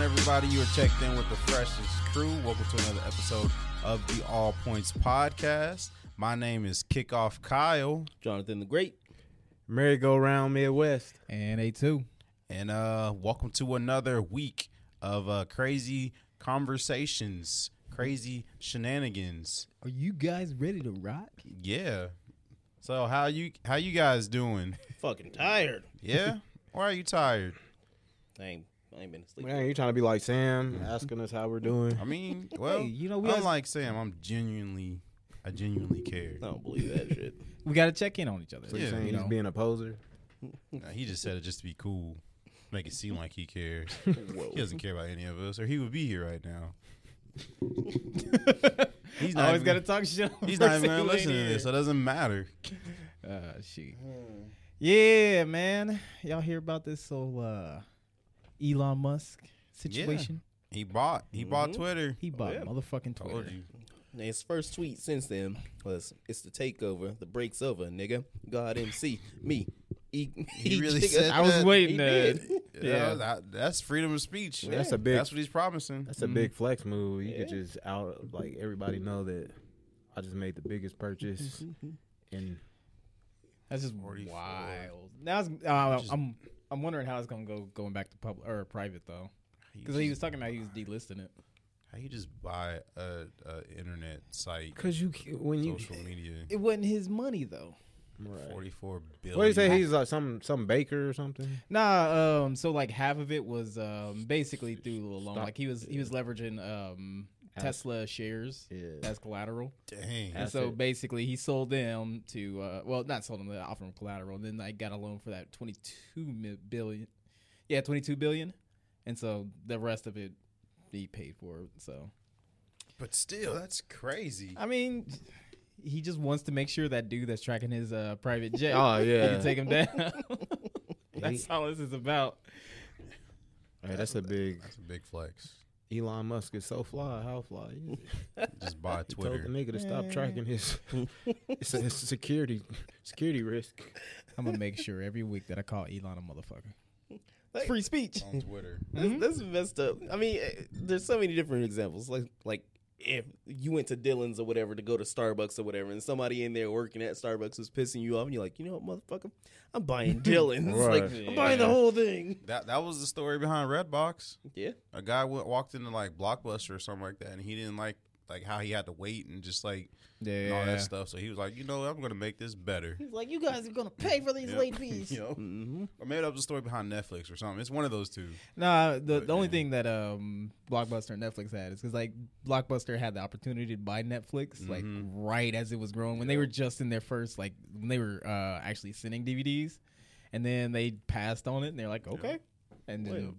everybody? You are checked in with the freshest crew. Welcome to another episode of the All Points Podcast. My name is Kickoff Kyle, Jonathan the Great. merry-go-round Midwest. And A two. and uh, welcome to another week of uh, crazy conversations, crazy shenanigans. Are you guys ready to rock? Yeah. So how you how you guys doing? Fucking tired. Yeah. Or are you tired? I ain't, I ain't been asleep. Man, you trying to be like Mm-hmm. Sam, asking us how we're doing? I mean, well, you know, we I'm always- like Sam. I'm genuinely, I genuinely care. I don't believe that shit. We got to check in on each other. So Yeah, you saying you he's know. being a poser? Nah, he just said it just to be cool, make it seem like he cares. Whoa. He doesn't care about any of us, or he would be here right now. he's I not. always Even, got to talk shit. on he's the not even gonna person listen to here. this, so it doesn't matter. Uh, shit. Yeah, man. Y'all hear about this whole uh, Elon Musk situation? He bought. He bought Mhm. Twitter. He bought yeah. motherfucking Told Twitter. you. And his first tweet since then was, "It's the takeover. The break's over, nigga. God MC me." E, He, He really said I was that. He waiting. To, did. Yeah, Yeah. that- that's freedom of speech. That's a big- That's what he's promising. That's a Mhm. big flex move. You could Yeah. just out like everybody know that I just made the biggest purchase in that's just 44. wild. Now it's, uh, Just- I'm I'm wondering how it's gonna go going back to public or private though, because he was talking about he was delisting it. How you just buy a, a internet site, because you when you social media, It wasn't his money though. right. forty four billion. What do you say? He's like some some baker or something. Nah, um, so like half of it was um basically through the loan. Stock- Like he was he was leveraging um As- Tesla shares Yeah, as collateral, Dang. and As- so Asset. basically he sold them to uh well not sold them, they offered them collateral, and then they got a loan for that twenty two billion, yeah twenty two billion, and so the rest of it he paid for. So But still, that's crazy. I mean. He just wants to make sure that dude that's tracking his uh, private jet, Oh, he yeah. can take him down. that's all this is about. Hey, that's a big That's a big flex. Elon Musk is so fly. How fly? Is it? Just buy He told the Twitter. nigga to stop tracking his it's a, it's a security security risk. I'm gonna make sure every week that I call Elon a motherfucker. Like- Free speech. On Twitter. Hmm? Mhm. That's, that's messed up. I mean, eh, there's so many different examples. Like, like if you went to Dylan's or whatever to go to Starbucks or whatever, and somebody in there working at Starbucks was pissing you off, and you're like, you know what, motherfucker, I'm buying Dylan's. Like, Right. I'm buying the Yeah. whole thing. That that was the story behind Redbox. Yeah. A guy went, walked into like Blockbuster or something like that, and he didn't like like how he had to wait and just like and all that stuff. So he was like, you know, I'm gonna make this better. He's like, you guys are gonna pay for these Yeah. late fees. you know, hmm or maybe that was the story behind Netflix or something. It's one of those two. Nah, the, But, the only yeah. thing that um Blockbuster and Netflix had is because like Blockbuster had the opportunity to buy Netflix like Mhm. Mm-hmm. right as it was growing when they were just in their first like when they were uh actually sending DVDs, and then they passed on it and they're like okay, and then Wait.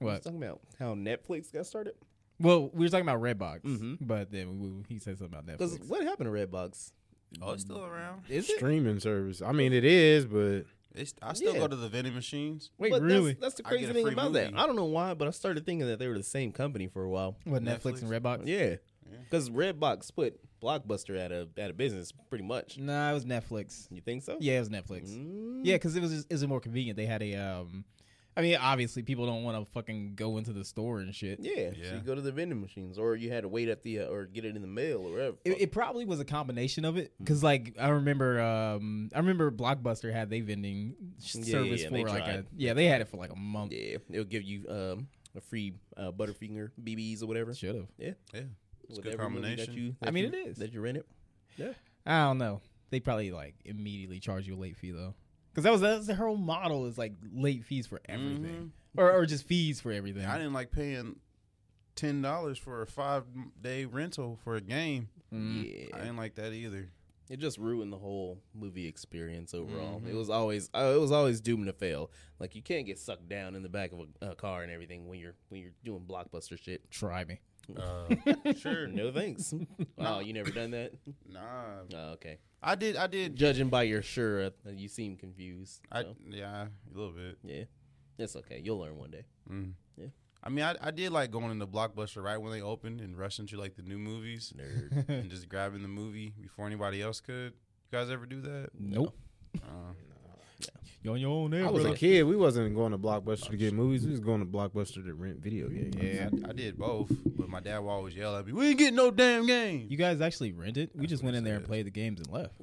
I was what? talking about how Netflix got started. Well, we were talking about Redbox, Mhm. but then we, he said something about Because Netflix. what happened to Redbox? Oh, it's still around. Is it? Streaming service. I mean, it is, but It's I still Yeah. go to the vending machines. Wait, But that's- really? That's, the I get crazy a thing free about that. movie. I don't know why, but I started thinking that they were the same company for a while. What Netflix, and Redbox? Yeah, Yeah. because Redbox put Blockbuster out of out of business pretty much. Nah, it was Netflix. You think so? Yeah, it was Netflix. Mm. Yeah, because it was just, it was more convenient. They had a um, I mean, obviously people don't want to fucking go into the store and shit. yeah. So Yeah. you go to the vending machines, or you had to wait at the uh, or get it in the mail or whatever. It, it probably was a combination of Mm. it because, like, I remember, um, I remember Blockbuster had they vending sh- Yeah, yeah, service yeah, for they like a tried. yeah they had it for like a month. yeah, it'll give you um, a free uh, Butterfinger BBs or whatever. Should have. Yeah, it's a With good every movie combination. That you, I that mean, you- it is. that you rent it. I don't know. They probably like immediately charge you a late fee though, because that was that's the whole model is like late fees for everything Mm-hmm. or or just fees for everything. I didn't like paying ten dollars for a five day rental for a game. Mm. Yeah, I didn't like that either. it just ruined the whole movie experience overall. Mhm. It was always uh, it was always doomed to fail. Like you can't get sucked down in the back of a, a car and everything when you're when you're doing blockbuster shit. Try me. Uh, sure, No thanks. oh, you never done that? nah. Oh, okay. I did. I did. Judging by your sure, uh, you seem confused. I so, yeah, a little bit. yeah, it's okay. You'll learn one day. Mm. Yeah. I mean, I, I did like going into Blockbuster right when they opened and rushing to like the new movies Nerd. and just grabbing the movie before anybody else could. You guys ever do that? Nope. Uh, You on your own there, I was a brother. kid. We wasn't going to Blockbuster to get movies. We was going to Blockbuster to rent video games. Yeah. Mm-hmm. I did both, but my dad would always yell at me, "We ain't getting no damn game." You guys actually rented? We just what went it in there and says. played the games and left.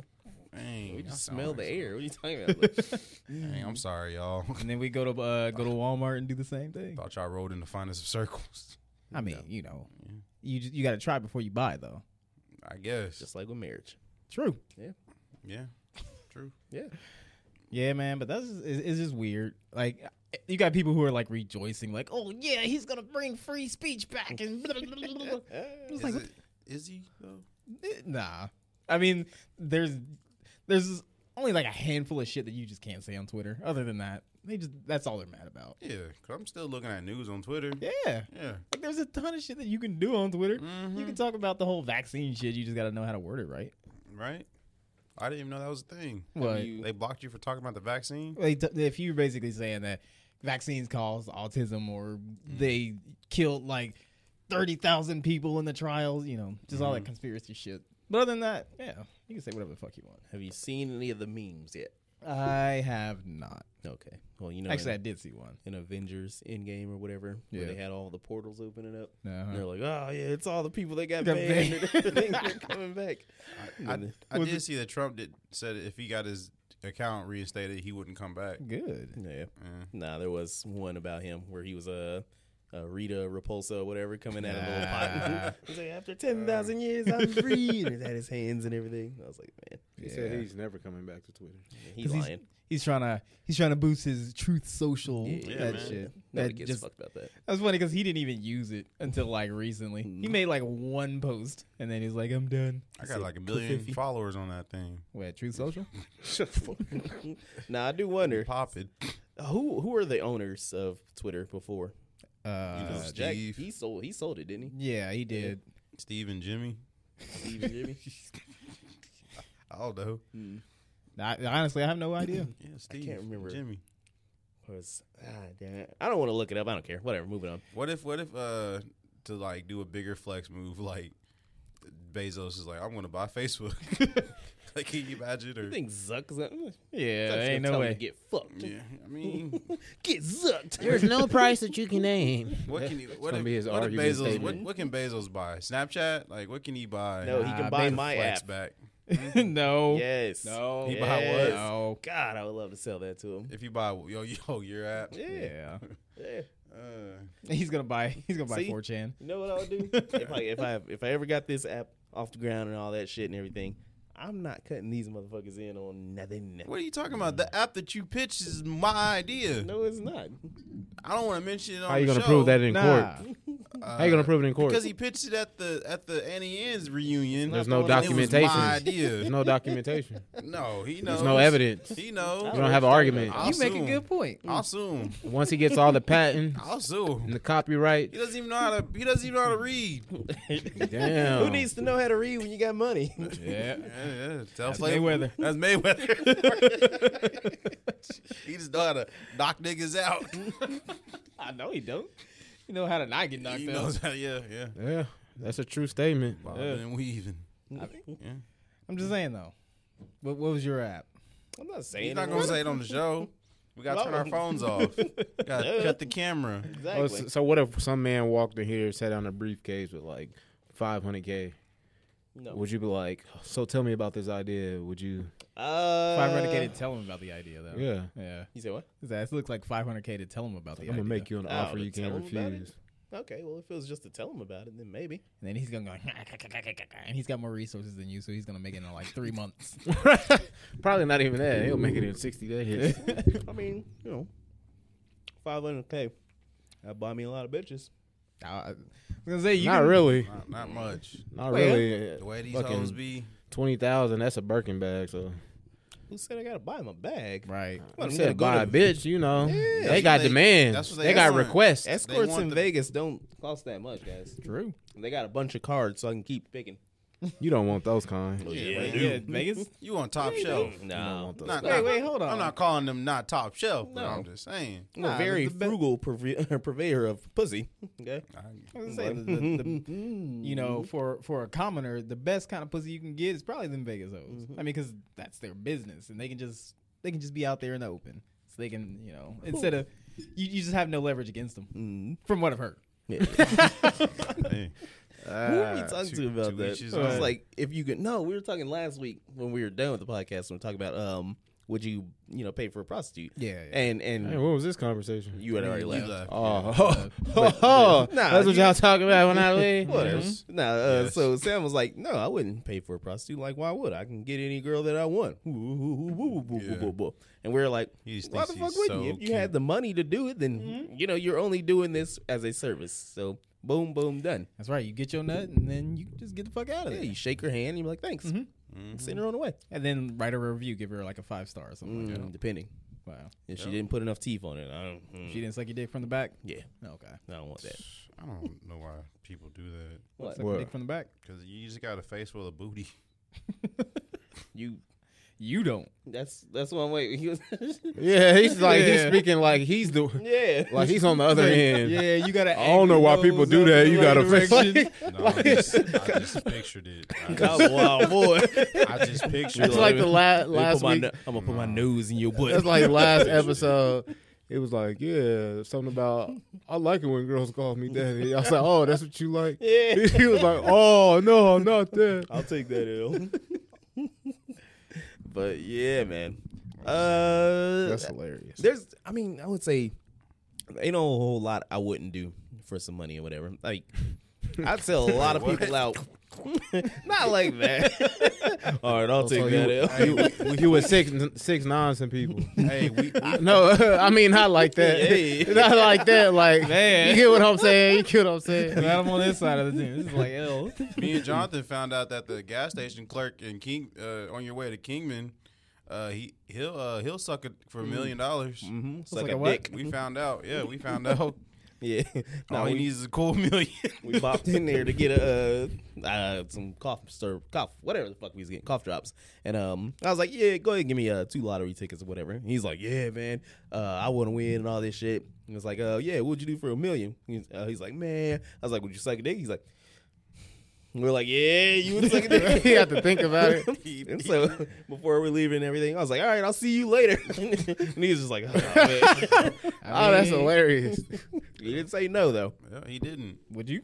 Dang, We that just sound smell the like air. What are you talking about? Like, some- Dang, I'm sorry, y'all. And then we go to uh, go to Walmart and do the same thing. Thought y'all rode in the finest of circles. I mean, you know, you ju- you got to try before you buy, though. I guess. just like with marriage. True. yeah. True. Yeah. Yeah, man. But that's just, it's, it's just weird. Like you got people who are like rejoicing, like, "Oh yeah, he's gonna bring free speech back," and blah, blah, blah, blah, blah. Is, It's like, it, is he though? Eh, Nah. I mean, there's there's only like a handful of shit that you just can't say on Twitter. Other than that, they just that's all they're mad about. Yeah, i I'm still looking at news on Twitter. Yeah. Yeah. Like there's a ton of shit that you can do on Twitter. You Mhm. can talk about the whole vaccine shit. You just got to know how to word it right. Right. I didn't even know that was a thing. What? you- They blocked you for talking about the vaccine. Like, t- if you're basically saying that vaccines cause autism or they killed like thirty thousand people in the trials, you know, just all that conspiracy shit. But other than that, yeah, you can say whatever the fuck you want. Have you seen any of the memes yet? I have not. Okay. Well, you know, Actually, I in, did see one. in Avengers Endgame or whatever, Yeah. where they had all the portals opening up. Uh-huh. And they're like, oh, yeah, it's all the people that got Got banned. banned. and everything. They're coming back. I, And I Was did see that Trump did said if he got his account reinstated, he wouldn't come back. Good. then- yeah. Yeah. Nah, there was one about him where he was a. Uh, Rita Repulsa, or whatever, coming out of a little Ah. pot. He's like, after 10,000 years, I'm free. And it had his hands and everything. I was like, man, He said Yeah. he's never coming back to Twitter. he's 'Cause he's- lying. He's trying to he's trying to boost his truth social Yeah, that man. shit. Nobody That gets just fucked about that. that's funny because he didn't even use it until like recently. He made like one post and then he's like, "I'm done." I got like a million followers on that thing. Wait, Truth Social? now I do wonder uh, Pop it. who who are the owners of Twitter before? Uh, 'Cause Jack, Steve. he sold he sold it, didn't yeah, he did. Steve and Jimmy. he? Steve and Jimmy. I don't know. I, honestly, I have no idea. Yeah, Steve. can't remember. Jimmy. Was, ah, damn it. I don't want to look it up. I don't care. Whatever. Moving on. What if what if uh to like do a bigger flex move like Bezos is like, I'm gonna buy Facebook. like can you imagine or You think Zuck's gonna, yeah, Zuck's ain't gonna no tell him way. to get fucked? Yeah. I mean Get Zucked. There's no price that you can name. what can you what gonna if, be his what if argument Bezos what, statement. Ah, what can Bezos buy? Snapchat? Like what can he buy? no, he Nah, can buy Beta my flex app. back. no, Yes. no, He buy what? No. God, I would love to sell that to him. If you buy yo yo your app. Yeah, Yeah. Uh, he's gonna buy. He's gonna buy See? 4chan. You know what I would do? if I if I if I ever got this app off the ground and all that shit and everything, I'm not cutting these motherfuckers in on nothing. what are you talking about? The app that you pitched is my idea. No, it's not. I don't want to mention it on How you the gonna show. prove that in Nah, court? Uh, How you gonna prove it in court? Because he pitched it at the at the Annie Ann's reunion. There's no And it was documentation. my idea. There's no documentation. No, he knows. There's no evidence. He You knows. don't have an argument. I'll you make sue a him. good point. I'll sue him. Once he gets all the patent I'll sue and him. the copyright, He doesn't even know how to. He doesn't even know how to read. damn. Who needs to know how to read when you got money? Yeah. Yeah, yeah. Tell That's Flavor- Mayweather. That's Mayweather. he just know how to knock niggas out. I know he don't. You know how to not get knocked he out. knows how. Yeah, yeah. Yeah, that's a true statement. Bobbing and weaving. Yeah. I'm just saying though. What, what was your app? I'm not saying. He's not it. gonna say it on the show. We gotta turn our phones off. Gotta cut the camera. Oh, exactly. so, so what if some man walked in here, sat down a briefcase with like 500k? no. Would you be like, so tell me about this idea? Would you? uh, 500k to tell him about the idea though. Yeah, Yeah. You say what? That looks like 500k to tell him about the I'm idea. gonna make you an Oh, offer to you can't tell 'em about it? refuse. Okay. Well, if it was just to tell him about it, then maybe. And then he's gonna go, and he's got more resources than you, so he's gonna make it in like three months. Probably not even that. He'll make it in 60 days. I mean, you know, 500k. That buy me a lot of bitches. I I was gonna say you not can- really. Not, not much. Not Wait, really. The way these Fucking hoes be. Twenty thousand. That's a Birkin bag. So Who said I gotta buy him a bag? right. What, I'm you said gonna buy go to- a bitch. You know what they got they- that's demands. what They, they got want. requests. Escorts want in the- Vegas don't cost that much, guys. True. They got a bunch of cards, so I can keep picking. You don't want those kind. You Yeah, Wait, dude. Yeah, Vegas. You on top shelf. don't No, want those. Not- Wait, not- wait, hold on. I'm not calling them not top shelf, but No. I'm just saying. I'm a Nah, very the- the be- frugal purve- purveyor of pussy. Okay, Mm. I, I was gonna say, the, the, the, you know, for for a Mm-hmm. commoner, the best kind of pussy you can get is probably them Vegas hoes. I mean, because that's their business, and they can just They can just be out there in the open, so they can you know instead of you, you just have no leverage against them. Mm. From what I've heard, Yeah. Hey, Who are we Ah, talking two- to about two that? each is It's own. like if you could. No, we were talking last week when we were done with the podcast. and We were talking about um, would you you know pay for a prostitute? yeah, And Hey, and what was this conversation? you had already you left. left. Oh, But- but- nah, that's what you- y'all talking about when I leave. What? Yes. Nah. Uh, Mm-hmm. Yes. So Sam was like, "No, I wouldn't pay for a prostitute. Like, why would I? I can get any girl that I want." And we are like, He just "Why the thinks fuck he's would so you? If you cute. Mm-hmm. had the money to do it, then you know you're only doing this as a service." So boom, boom, done. that's right. You get your nut, and then you just get the fuck out of Yeah, there. you shake her hand. You're like, "Thanks." Mhm. Mm-hmm. and Send her on the way. and then write her a review, give her like a five star or something. Mm-hmm. like Mm, Depending that. Wow, if she didn't put enough teeth on it, I don't. mm, she didn't suck your dick from the back. yeah, Okay, I don't want that. I don't know why people do that What? suck your dick from the back. because you just got a face full of booty. You. You don't. That's that's one way. He was. Yeah, he's like he's Yeah. speaking like he's the yeah. like he's on the other end. Yeah, you gotta. I don't know why people do that. You got to face like, No, I, just, I just pictured it. I just, wow, boy. I just pictured It's it. like the la- Let me last put my week. no- I'm gonna put my nose in your butt. That's like last episode. It was like, yeah, something about I like it when girls call me daddy. I was like, oh, that's what you like. Yeah. he was like, oh no, not that. I'll take that L. but yeah, man. Uh, That's hilarious. there's, I mean, I would say, ain't no whole lot I wouldn't do for some money or whatever. Like, I'd sell a lot of What? people out. Not like that. All right, I'll So take Oh, you- that L. You, you was six six nine some people. Hey, we, we No, I mean not like that. Hey. Not like that. Like Man. you get what I'm saying. You get what I'm saying. Glad I'm on this side of the team. This is like L. Me and Jonathan found out that the gas station clerk in King uh, on your way to Kingman, uh, he he'll uh, he'll suck it for a million dollars. Mhm, Mm. Suck like a a what? dick. We found out. Yeah, we found out. Yeah. All No, he we, needs is a cool million. we bopped in there to get a uh, uh some cough syrup, cough whatever the fuck we was getting cough drops, and um I was like, yeah, go ahead, and give me uh two lottery tickets or whatever. And he's like, yeah, man, uh I want to win and all this shit. And it's like, uh yeah, what'd you do for a million? He's, uh, he's like, man, I was like, would you suck a dick? He's like. and We're like, yeah, you would suck a dick. you have to think about it. And so before we leave and everything, I was like, all right, I'll see you later. and he's just like, oh, man. Oh, that's hilarious. he didn't say no though. Yeah, he didn't Would you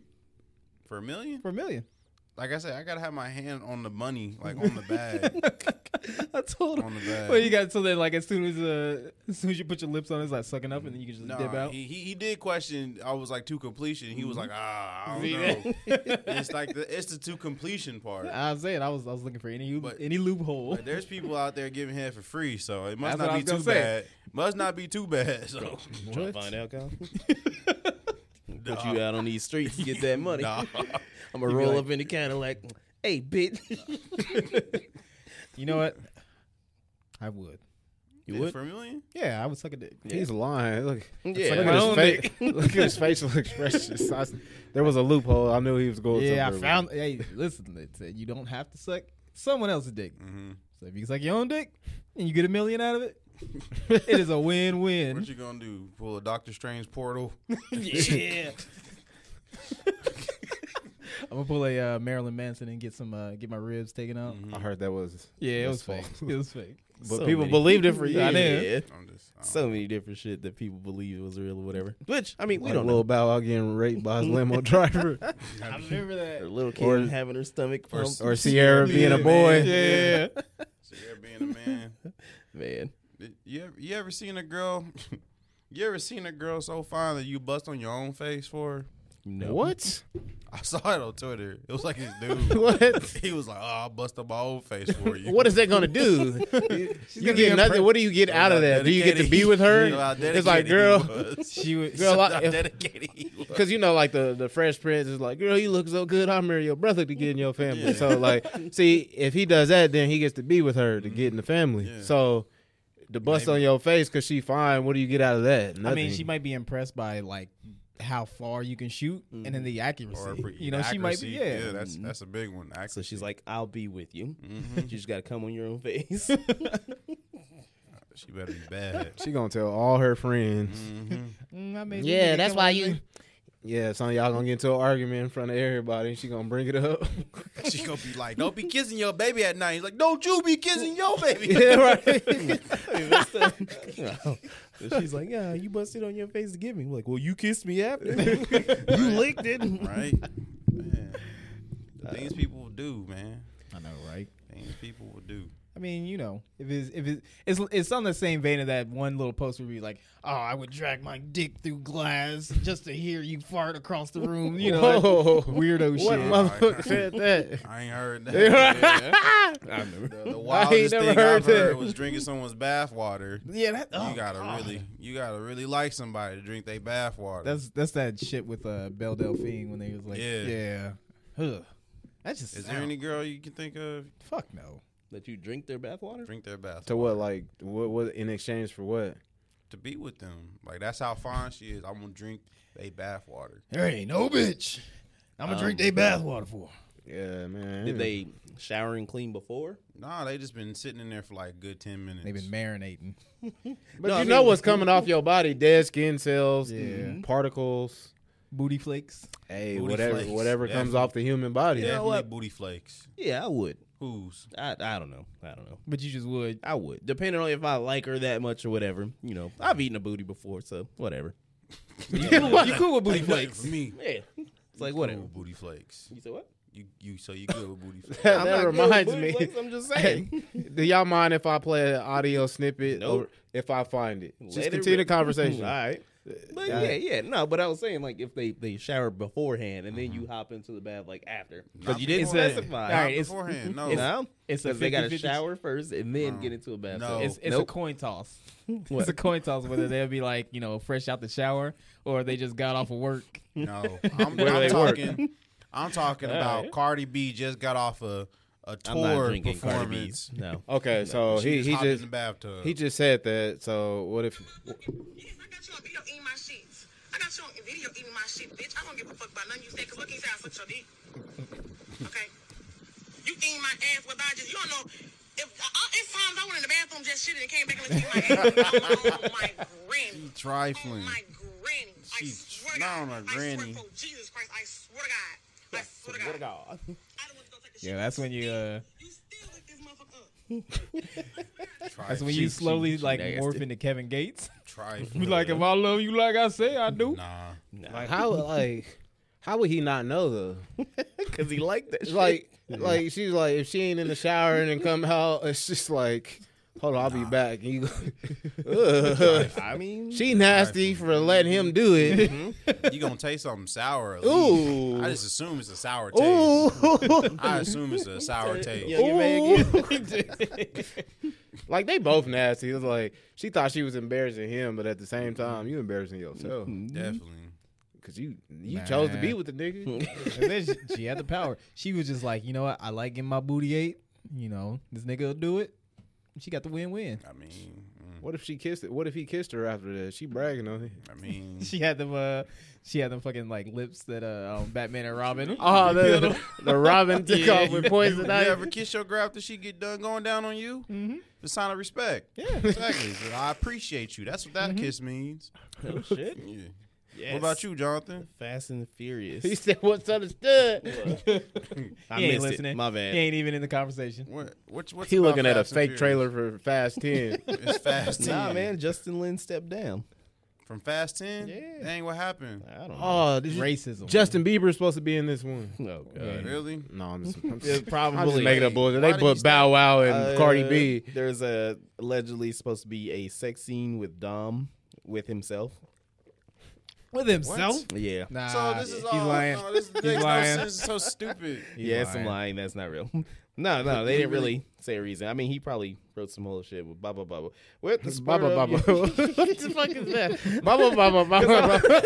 for a million. for a million? Like I said, I gotta have my hand on the money, like on the bag, I told him. on the bag. Well, you got so then like as soon as uh as soon as you put your lips on, it, it's like sucking up, and then you can just dip No, out. he, he he did question. I was like to completion. He Mm-hmm. was like, ah, I don't know. it's like the it's the to completion part. I'm saying I was I was looking for any But- any loophole. But there's people out there giving head for free, so it must That's what I not be was gonna too say. bad. Must not be too bad. So Trying to What? find out, Kyle. Put Nah. you out on these streets to get that money. Nah. I'm gonna roll up in the Cadillac. Hey, bitch. You know what? I would. you would? for a million? Yeah, I would suck a dick. He's lying. Look, Yeah. look, My at his own face, look at his facial expressions. I s- there was a loophole. I knew he was going. Yeah, somewhere I with found. Hey, listen, it said you don't have to suck someone else's dick. Mm-hmm. So if you can suck your own dick and you get a million out of it, it is a win-win. What you gonna do? Pull a Doctor Strange portal? yeah. I'm gonna pull a uh, Marilyn Manson and get some uh, get my ribs taken out. Mm-hmm. it. I heard that Mm-hmm. was. Yeah, it That's was fake. false. It was fake. But So people many- believed it for years. I did. Yeah. I'm just I don't So many different shit that people believe was real or whatever. Which I mean, we Like don't Lil know. Bow Wow getting raped by his limo driver, I remember Or that. little kid Or- having her stomach or- pumped. or Sierra being a Yeah, boy. man. Yeah. see her being a man. man. Did- You ever, you ever seen a girl? You ever seen a girl so fine that you bust on your own face for her? No. What? I saw it on Twitter. It was like this dude. What? He was like, "Oh, I'll bust up my own face for you." What is that gonna do? you gonna be get nothing. impre- What do you get out of that? Do you get to be with her? It's like, girl, She was. girl, I, if- dedicated. he was. Because you know, like the the Fresh Prince is like, girl, you look so good. I'll marry your brother to get in your family. Yeah. So like, see, if he does that, then he gets to be with her to get in the family. Yeah. So the bust Maybe. on your face because she fine. What do you get out of that? I mean, Nothing. she might be impressed by like how far you can shoot and then Mm-hmm. the accuracy. Or pre- you know, she might be. accuracy. Yeah. that's that's a big one. So Accuracy. she's like, "I'll be with you. Mhm. Mm-hmm. You just gotta come on your own face." she better be bad. She gonna tell all her friends. hmm Mm, I made you Yeah, nigga that's come why on you. Yeah, some of y'all gonna get into an argument in front of everybody. and She gonna bring it up. She gonna be like, "Don't be kissing your baby at night." He's like, "Don't you be kissing your baby?" yeah, right. she's like, yeah, you busted on your face to give me. I'm like, well, you kissed me after. you licked it. right? Man. The things Uh. people will do, man. I know, right? Things people will do. I mean, you know, if it's if it's it's, it's on the same vein of that one little post would be like, oh, I would drag my dick through glass just to hear you fart across the room, you know, that Whoa. weirdo What shit. motherfucker said that? I ain't heard that. I The, the wildest never thing heard I've heard that. was drinking someone's bath water. yeah, that, oh, you gotta God. really, you gotta really like somebody to drink their bath water. That's that's that shit with uh, Belle Delphine when they was like, Yeah. yeah, Ugh. That just Is sound, there any girl you can think of fuck no. That you drink their bathwater? drink their bath To what? Like what? What in exchange for what? to be with them? Like that's how fine she is. I'm gonna drink a bath water. There ain't no bitch. I'm gonna drink Um, they bathwater for. Yeah, man. Did they shower and clean before? Nah, they just been sitting in there for like a good ten minutes. They've been marinating. But No, you I know mean- Mm-hmm. what's coming off your body? Dead skin cells, Yeah. particles. Booty flakes. Hey, Booty whatever, flakes. whatever comes Definitely. off the human body. Definitely what? booty flakes. Yeah, I would. Who's I I don't know. I don't know. But you just would. I would, depending on if I like her that much or whatever. You know, I've eaten a booty before, so whatever. You cool, you cool with booty Ain't nothing flakes. for me? Yeah, it's like Cool whatever. with booty flakes. You said what? You you so you good with booty flakes? that not good with reminds booty me. flicks, I'm just Hey, saying. do y'all mind if I play an audio snippet Nope. or if I find it? Just Let it continue the rip. conversation. Uh, All right. But Got yeah, it. yeah, no. But I was saying like if they they shower beforehand and then Mm-hmm. you hop into the bath like after, Not you didn't beforehand. specify. Not All right, it's- beforehand. No, no, It's a because they got to 50-50. shower first and then No. get into a bath. No. It's, it's a Oh, Nope. coin toss. What? It's a coin toss whether they'll be like, you know, fresh out the shower or they just got off of work. no. I'm, Where do I'm they work? talking. I'm talking about Cardi B just got off a a I'm not tour drinking Cardi B. performance. No, Okay, Oh, so She he he hopped in just the bathtub. he just said that. So what if? Bitch, I got you on video eating my shit. I got you on video eating my shit, bitch. I don't give a fuck about none of you say, cause look inside, I sucked your dick. Okay? You eating my ass with I just, you don't know. If, uh, it's times I went in the bathroom, just shit, and came back and licked my ass. oh, my granny. trifling. Oh, my granny. I She swear to not God. on my granny. I swear, for Jesus Christ, I swear to God. I swear to Oh, God. I don't want to go take a shit. Yeah, that's when you uh You still lick this motherfucker up. that's trifling. when you slowly like nasty. morph into Kevin Gates. trifling. You like if I love you like I say I do. Nah. Like how like how would he not know though? because he liked that. Shit. Like like she's like if she ain't in the shower and then come out, it's just like. Hold on, I'll be back. And you go, Ugh. I mean, she nasty for letting him do it. you gonna taste something sour. At least. Ooh. I just assume it's a sour taste. Ooh. I assume it's a sour taste. Yeah, you may Ooh. like they both nasty. It was like she thought she was embarrassing him, but at the same time, you embarrassing yourself Definitely. because you you chose to be Man. with the nigga. And then she, she had the power. She was just like, you know what, I like getting my booty ate. You know, this nigga will do it. She got the win win. I mean, mm, what if she kissed it? What if he kissed her after that? She bragging on him. I mean, She had them uh she had them fucking like lips that uh um, Batman and Robin. Oh, the, the Robin took off with you, poison you ivy. ever kiss your girl after she get done going down on you? Mm-hmm. It's a sign of respect. Yeah, exactly. So I appreciate you. That's what that kiss means. Mm-hmm. oh, shit. Yeah. Yes. What about you, Jonathan? Fast and the Furious. He said, "What's understood?" I He ain't missed it. listening. My He bad. ain't even in the conversation. What? What's what's He about looking at a Fast and fake Furious? trailer for Fast Ten. It's Fast Ten. Nah, man, Justin Lin stepped down. From Fast Ten. Yeah. Dang, what happened? I don't know. oh, did you- Racism. Justin Bieber is supposed to be in this one. Oh, God. Really? No, I'm just, I'm Yeah, just, probably. I'm just making up bullshit. Why They did he put Bow Wow and Uh, Cardi B. There's a allegedly supposed to be a sex scene with Dom with himself. with himself. Yeah. Nah, So Uh, this is all. he's lying. No, this He's makes lying. no sense. It's so stupid. He's yeah, it's I'm lying. lying. That's not real. no, no, they didn't really say a reason. I mean, he probably wrote some whole shit with blah blah blah. blah. With the spur Baba of Baba. your- What the fuck is that? Baba Baba Baba.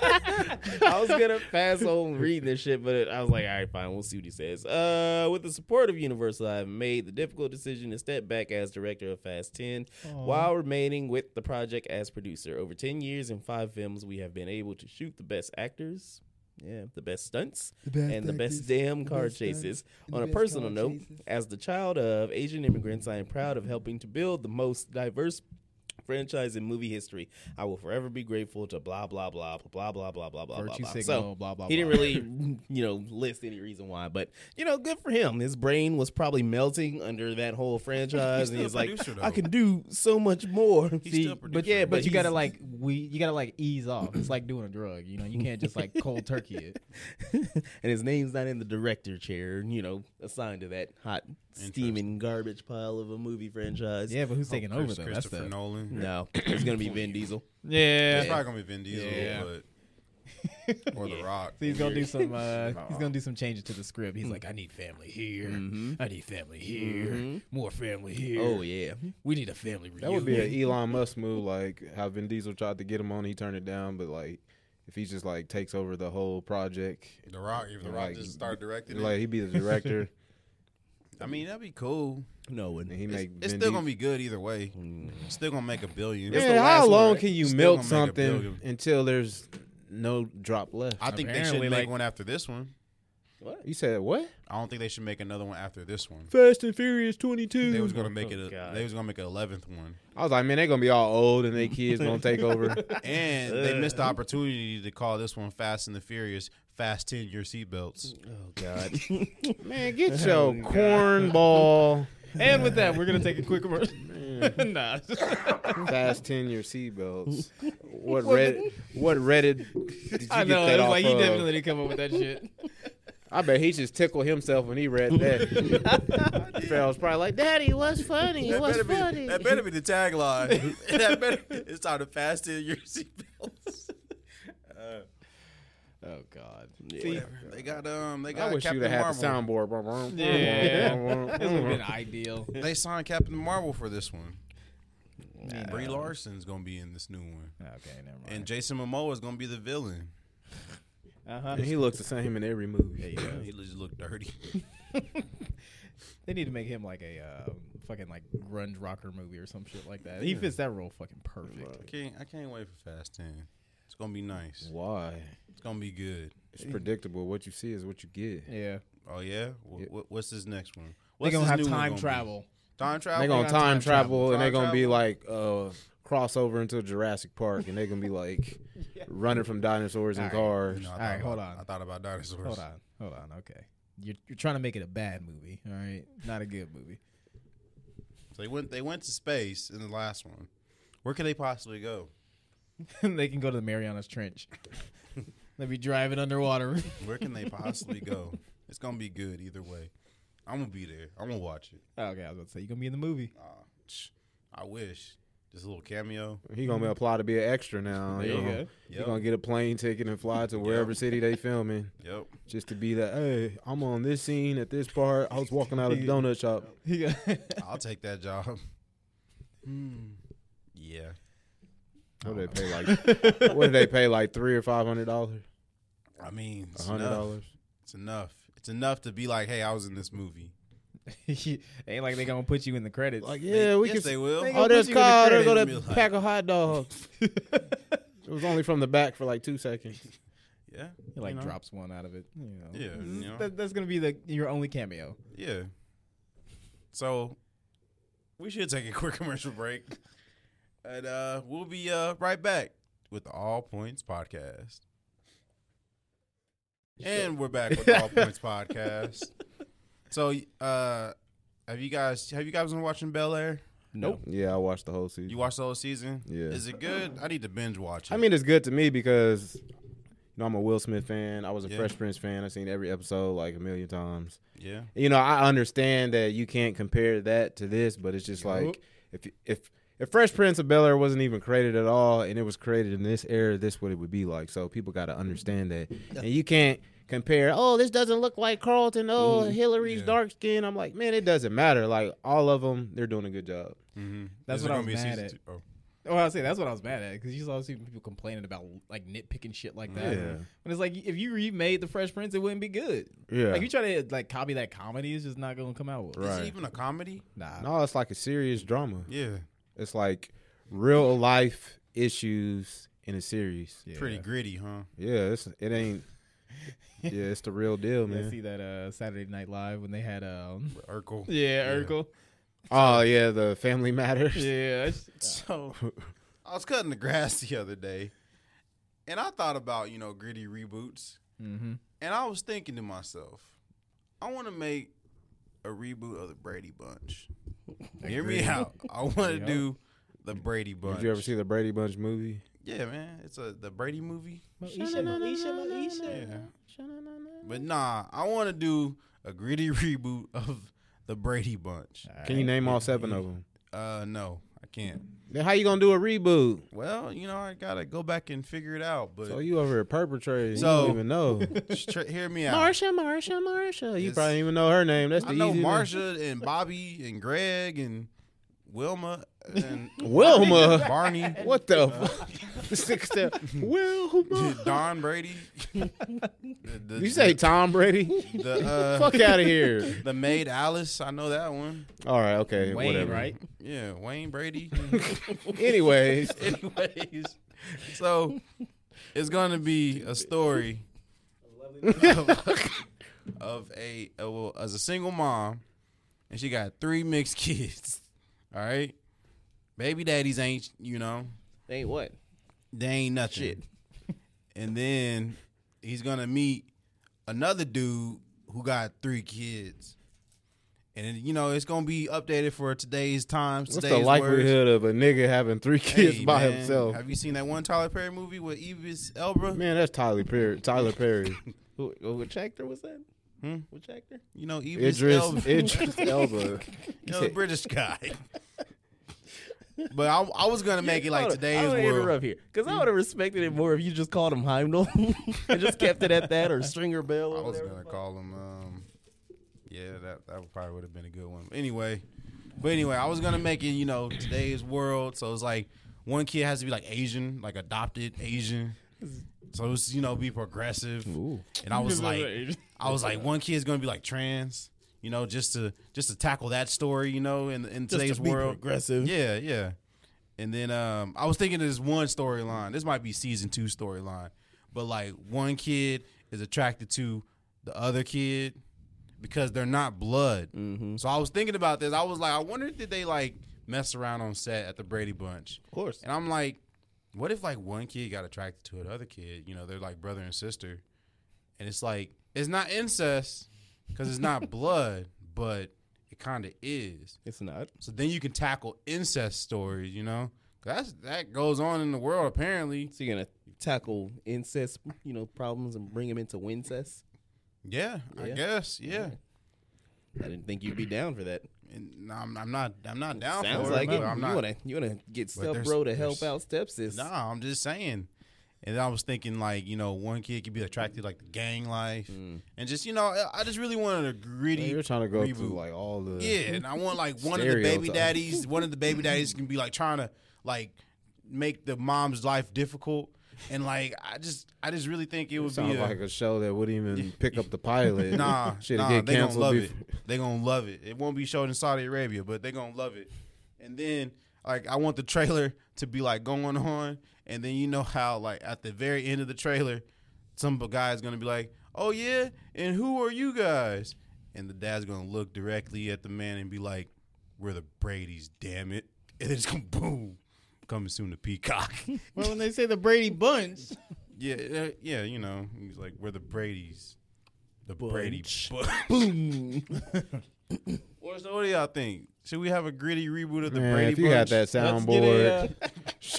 I was gonna pass on reading this shit, but I was like, all right, fine, we'll see what he says. Uh, with the support of Universal, I've made the difficult decision to step back as director of Fast 10 while remaining with the project as producer. Over 10 years and five films, we have been able to shoot the best actors. Yeah, the best stunts and the best damn car chases. On a personal note, as the child of Asian immigrants, I am proud of helping to build the most diverse franchise in movie history. I will forever be grateful to blah blah blah blah blah blah blah blah blah. Virtue blah. signal, So blah blah. he didn't blah. really, you know, list any reason why, but you know, good for him. His brain was probably melting under that whole franchise, and still he's a like, producer, though. "I can do so much more." He's See, still a but producer. yeah, But but you gotta he's- like we, you gotta like ease off. It's like doing a drug. You know, you can't just like cold turkey it. and his name's not in the director chair, you know, assigned to that hot, steaming garbage pile of a movie franchise. Yeah, but who's taking over Chris- though? That's Oh, Christopher the Nolan. No, it's gonna be Vin Diesel. It's yeah. probably gonna be Vin Diesel, Yeah. but or The Rock. So he's gonna do some. Uh, he's gonna do some changes to the script. He's like, I need family here. I need family here. More family here. Oh yeah, we need a family reunion. That would be an Elon Musk move, like how Vin Diesel tried to get him on, he turned it down. But like, if he just like takes over the whole project, The Rock, if The Rock Like, just start directing, like it, he be the director, I mean that'd be cool. no one. and he make It's still Vin Diesel- gonna be good either way. Still gonna make a billion. Man, the how last one, long right? can you Still milk gonna make a something billion. until there's no drop left? I think they should Apparently, make like- one after this one. you said what? I don't think they should make another one after this one. Fast and Furious 22. They was gonna make it. Oh, A, God. they was gonna make an eleventh one, I was like, man, they're gonna be all old and their kids gonna take over. and they missed the opportunity to call this one "Fast and the Furious." Fasten your seatbelts. Oh God. Man, get your cornball. And with that, we're gonna take a quick commercial. nah. Fast ten your seatbelts. What red? What Reddit? Did you I Get know. that It's off like he of? definitely didn't come up with that shit. I bet he just tickled himself when he read that. Pharaoh's probably like, Daddy, what's funny? what's better be, funny? that better be the tagline. that better, it's time to fasten your seatbelts. Oh God. They got um. They I got wish Captain you'd have had Marvel. the soundboard. Yeah. this would have been ideal. They signed Captain Marvel for this one. Brie Larson's gonna be in this new one, Okay, never mind. and Jason Momoa is gonna be the villain. uh-huh. he looks the same in every movie. he just looked dirty. They need to make him like a uh, fucking like grunge rocker movie or some shit like that. He fits that role fucking I perfect. can't. I can't wait for Fast Ten. It's gonna be nice. Why? It's gonna be good. It's predictable. What you see is what you get. Yeah, Oh yeah. Wh- wh- what's this next one? they What's gonna this have new one time gonna be? travel. Time travel. They're gonna got time time travel, travel. and they're Time gonna be like uh, crossover into Jurassic Park, and they're gonna be like running from dinosaurs and All right. cars. No, I thought All right, about- hold on. I thought about dinosaurs. Hold on, hold on. Okay, you're you're trying to make it a bad movie. All right, not a good movie. So they went. They went to space in the last one. Where could they possibly go? they can go to the Marianas Trench. They'll be driving underwater. Where can they possibly go? It's gonna be good either way. I'm gonna be there. I'm gonna watch it. okay, I was about to say you're gonna be in the movie. Aw, tch, I wish. Just a little cameo. He gonna be apply to be an extra now. There you you know. go. He Yep. gonna get a plane ticket and fly to wherever city they filming, Yep. just to be that. Hey, I'm on this scene at this part. I was walking out of the donut shop. He go- I'll take that job. Hmm. Yeah. What did they pay like? what did they pay like three or five hundred dollars? I mean, A it's hundred enough. dollars. It's enough. It's enough to be like, hey, I was in this movie. ain't like they gonna put you in the credits. Like They- yeah, we yes, can. they will. they oh, there's put you in the Kyle. They're credits gonna and be like- pack a hot dog. it was only from the back for like two seconds. yeah. He like you know? drops one out of it. You know. Yeah, you know. That, that's gonna be the your only cameo. Yeah. So we should take a quick commercial break. And uh we'll be uh right back with the All Points Podcast. And we're back with the All Points Podcast. So uh have you guys have you guys been watching Bel Air? Nope. Yeah, I watched the whole season. You watched the whole season? Yeah. Is it good? I need to binge watch it. I mean, it's good to me because you know I'm a Will Smith fan. I was a Yeah. Fresh Prince fan. I've seen every episode like a million times. yeah. You know, I understand that you can't compare that to this, but it's just like if if if Fresh Prince of Bel Air wasn't even created at all, and it was created in this era, this what it would be like. So people got to understand that, and you can't compare. Oh, this doesn't look like Carlton. Oh, Hillary's Yeah. dark skin. I'm like, man, it doesn't matter. Like all of them, they're doing a good job. Mm-hmm. That's what I was mad at. Oh. Well, I was saying that's what I was mad at because you saw see people complaining about like nitpicking shit like that. Yeah. But it's like if you remade the Fresh Prince, it wouldn't be good. Yeah. Like you try to like copy that comedy, it's just not gonna come out. Well. Is Right. it even a comedy? Nah. No, it's like a serious drama. Yeah. It's like real life issues in a series. Yeah. Pretty gritty, huh? Yeah, it's, it ain't. Yeah, it's the real deal, I man. see that uh, Saturday Night Live when they had um Urkel. yeah, Urkel. Oh yeah, the Family Matters. Yeah. it's- So I was cutting the grass the other day, and I thought about you know gritty reboots, Mhm. and I was thinking to myself, I want to make a reboot of the Brady Bunch. Hear me out. I want to Yeah. do the Brady Bunch. Did you ever see the Brady Bunch movie? Yeah, man, it's a the Brady movie. Moesha, Moesha, Yeah, Moesha. but nah, I want to do a gritty reboot of the Brady Bunch. Can you name all seven of them? Uh, no, I can't. Then how you gonna do a reboot? Well, you know, I gotta go back and figure it out. But So you over here perpetrating? So- you don't even know. Stra- hear me out. Marsha, Marsha, Marsha. you It's- probably don't even know her name. That's the I know easy one. Marsha and Bobby and Greg and Wilma and Wilma. Barney, what the? fuck? Six step. Wilma. Don Brady. The- the- You say Tom Brady? the uh, Fuck out of here. the maid Alice. I know that one. All right. Okay. Wayne, whatever. right? Yeah, Wayne Brady. Anyways, Anyways, so it's gonna be a story of, of a, a well, as a single mom, and she got three mixed kids. All right, baby daddies ain't you know Ain't what? they ain't nothing. Shit. And then he's gonna meet another dude who got three kids. And then, you know it's gonna be updated for today's times. what's Today's the words. likelihood of a nigga having three kids Hey, by man, himself? Have you seen that one Tyler Perry movie with Evis Elba? Man, that's Tyler Perry. Tyler Perry. Who, which actor was that? Hmm? Which actor? You know Evis Idris. Elba, Idris Elba. you know, the British guy. but I, I was gonna make it like Hold on. today's I wanna world. interrupt here because I would have respected it more if you just called him Heimdall and just kept it at that, or Stringer Bell. I Or was whatever. gonna call him. Um, yeah, that that probably would have been a good one. Anyway, but anyway, I was gonna make it. You know, today's world. So it's like one kid has to be like Asian, like adopted Asian. So it's you know be progressive. And I was like, I was like, one kid's gonna be like trans. You know, just to just to tackle that story. You know, in in Just to today's be world. progressive. Yeah, yeah. And then um, I was thinking of this one storyline. This might be season two storyline, but like one kid is attracted to the other kid because they're not blood. So I was thinking about this. I was like, I wonder did they like mess around on set at the Brady Bunch? Of course. And I'm like, what if like one kid got attracted to another kid? You know, they're like brother and sister, and it's like it's not incest because it's not blood, but it kind of is. It's not. So then you can tackle incest stories, you know? 'Cause That's that goes on in the world apparently. So you're gonna tackle incest, you know, problems and bring them into wincest. Yeah, I Yeah. guess. Yeah. I didn't think you'd be down for that. And I'm, I'm not I'm not down Sounds for like it. it. but I'm you not wanna you wanna get step there's- bro to help there's- out stepsis. Nah, I'm just saying. And I was thinking like, you know, one kid could be attracted like the gang life and just, you know, I- I just really wanted a gritty Man, Mm. you're trying to go reboot. through like all the. Yeah, and I want like one of the baby Stereotype. daddies. One of the baby daddies can be like trying to like make the mom's life difficult, and like I just I just really think it would Sounds be a, like a show that wouldn't even pick up the pilot. nah Shit, nah get they gonna canceled. love bef- it. They gonna love it. It won't be shown in Saudi Arabia, but they gonna love it. And then like I want the trailer to be like going on, and then you know how like at the very end of the trailer, some guy is gonna be like, "Oh yeah, and who are you guys?" And the dad's gonna look directly at the man and be like, "We're the Brady's, damn it!" And then it's gonna boom, coming soon to Peacock. Well, when they say the Brady Bunch, yeah, uh, yeah, you know, he's like, "We're the Brady's, the Brady bunch." Boom. Or so what do y'all think? Should we have a gritty reboot of the Man, Brady if you Bunch? had that Let's get soundboard, a, uh,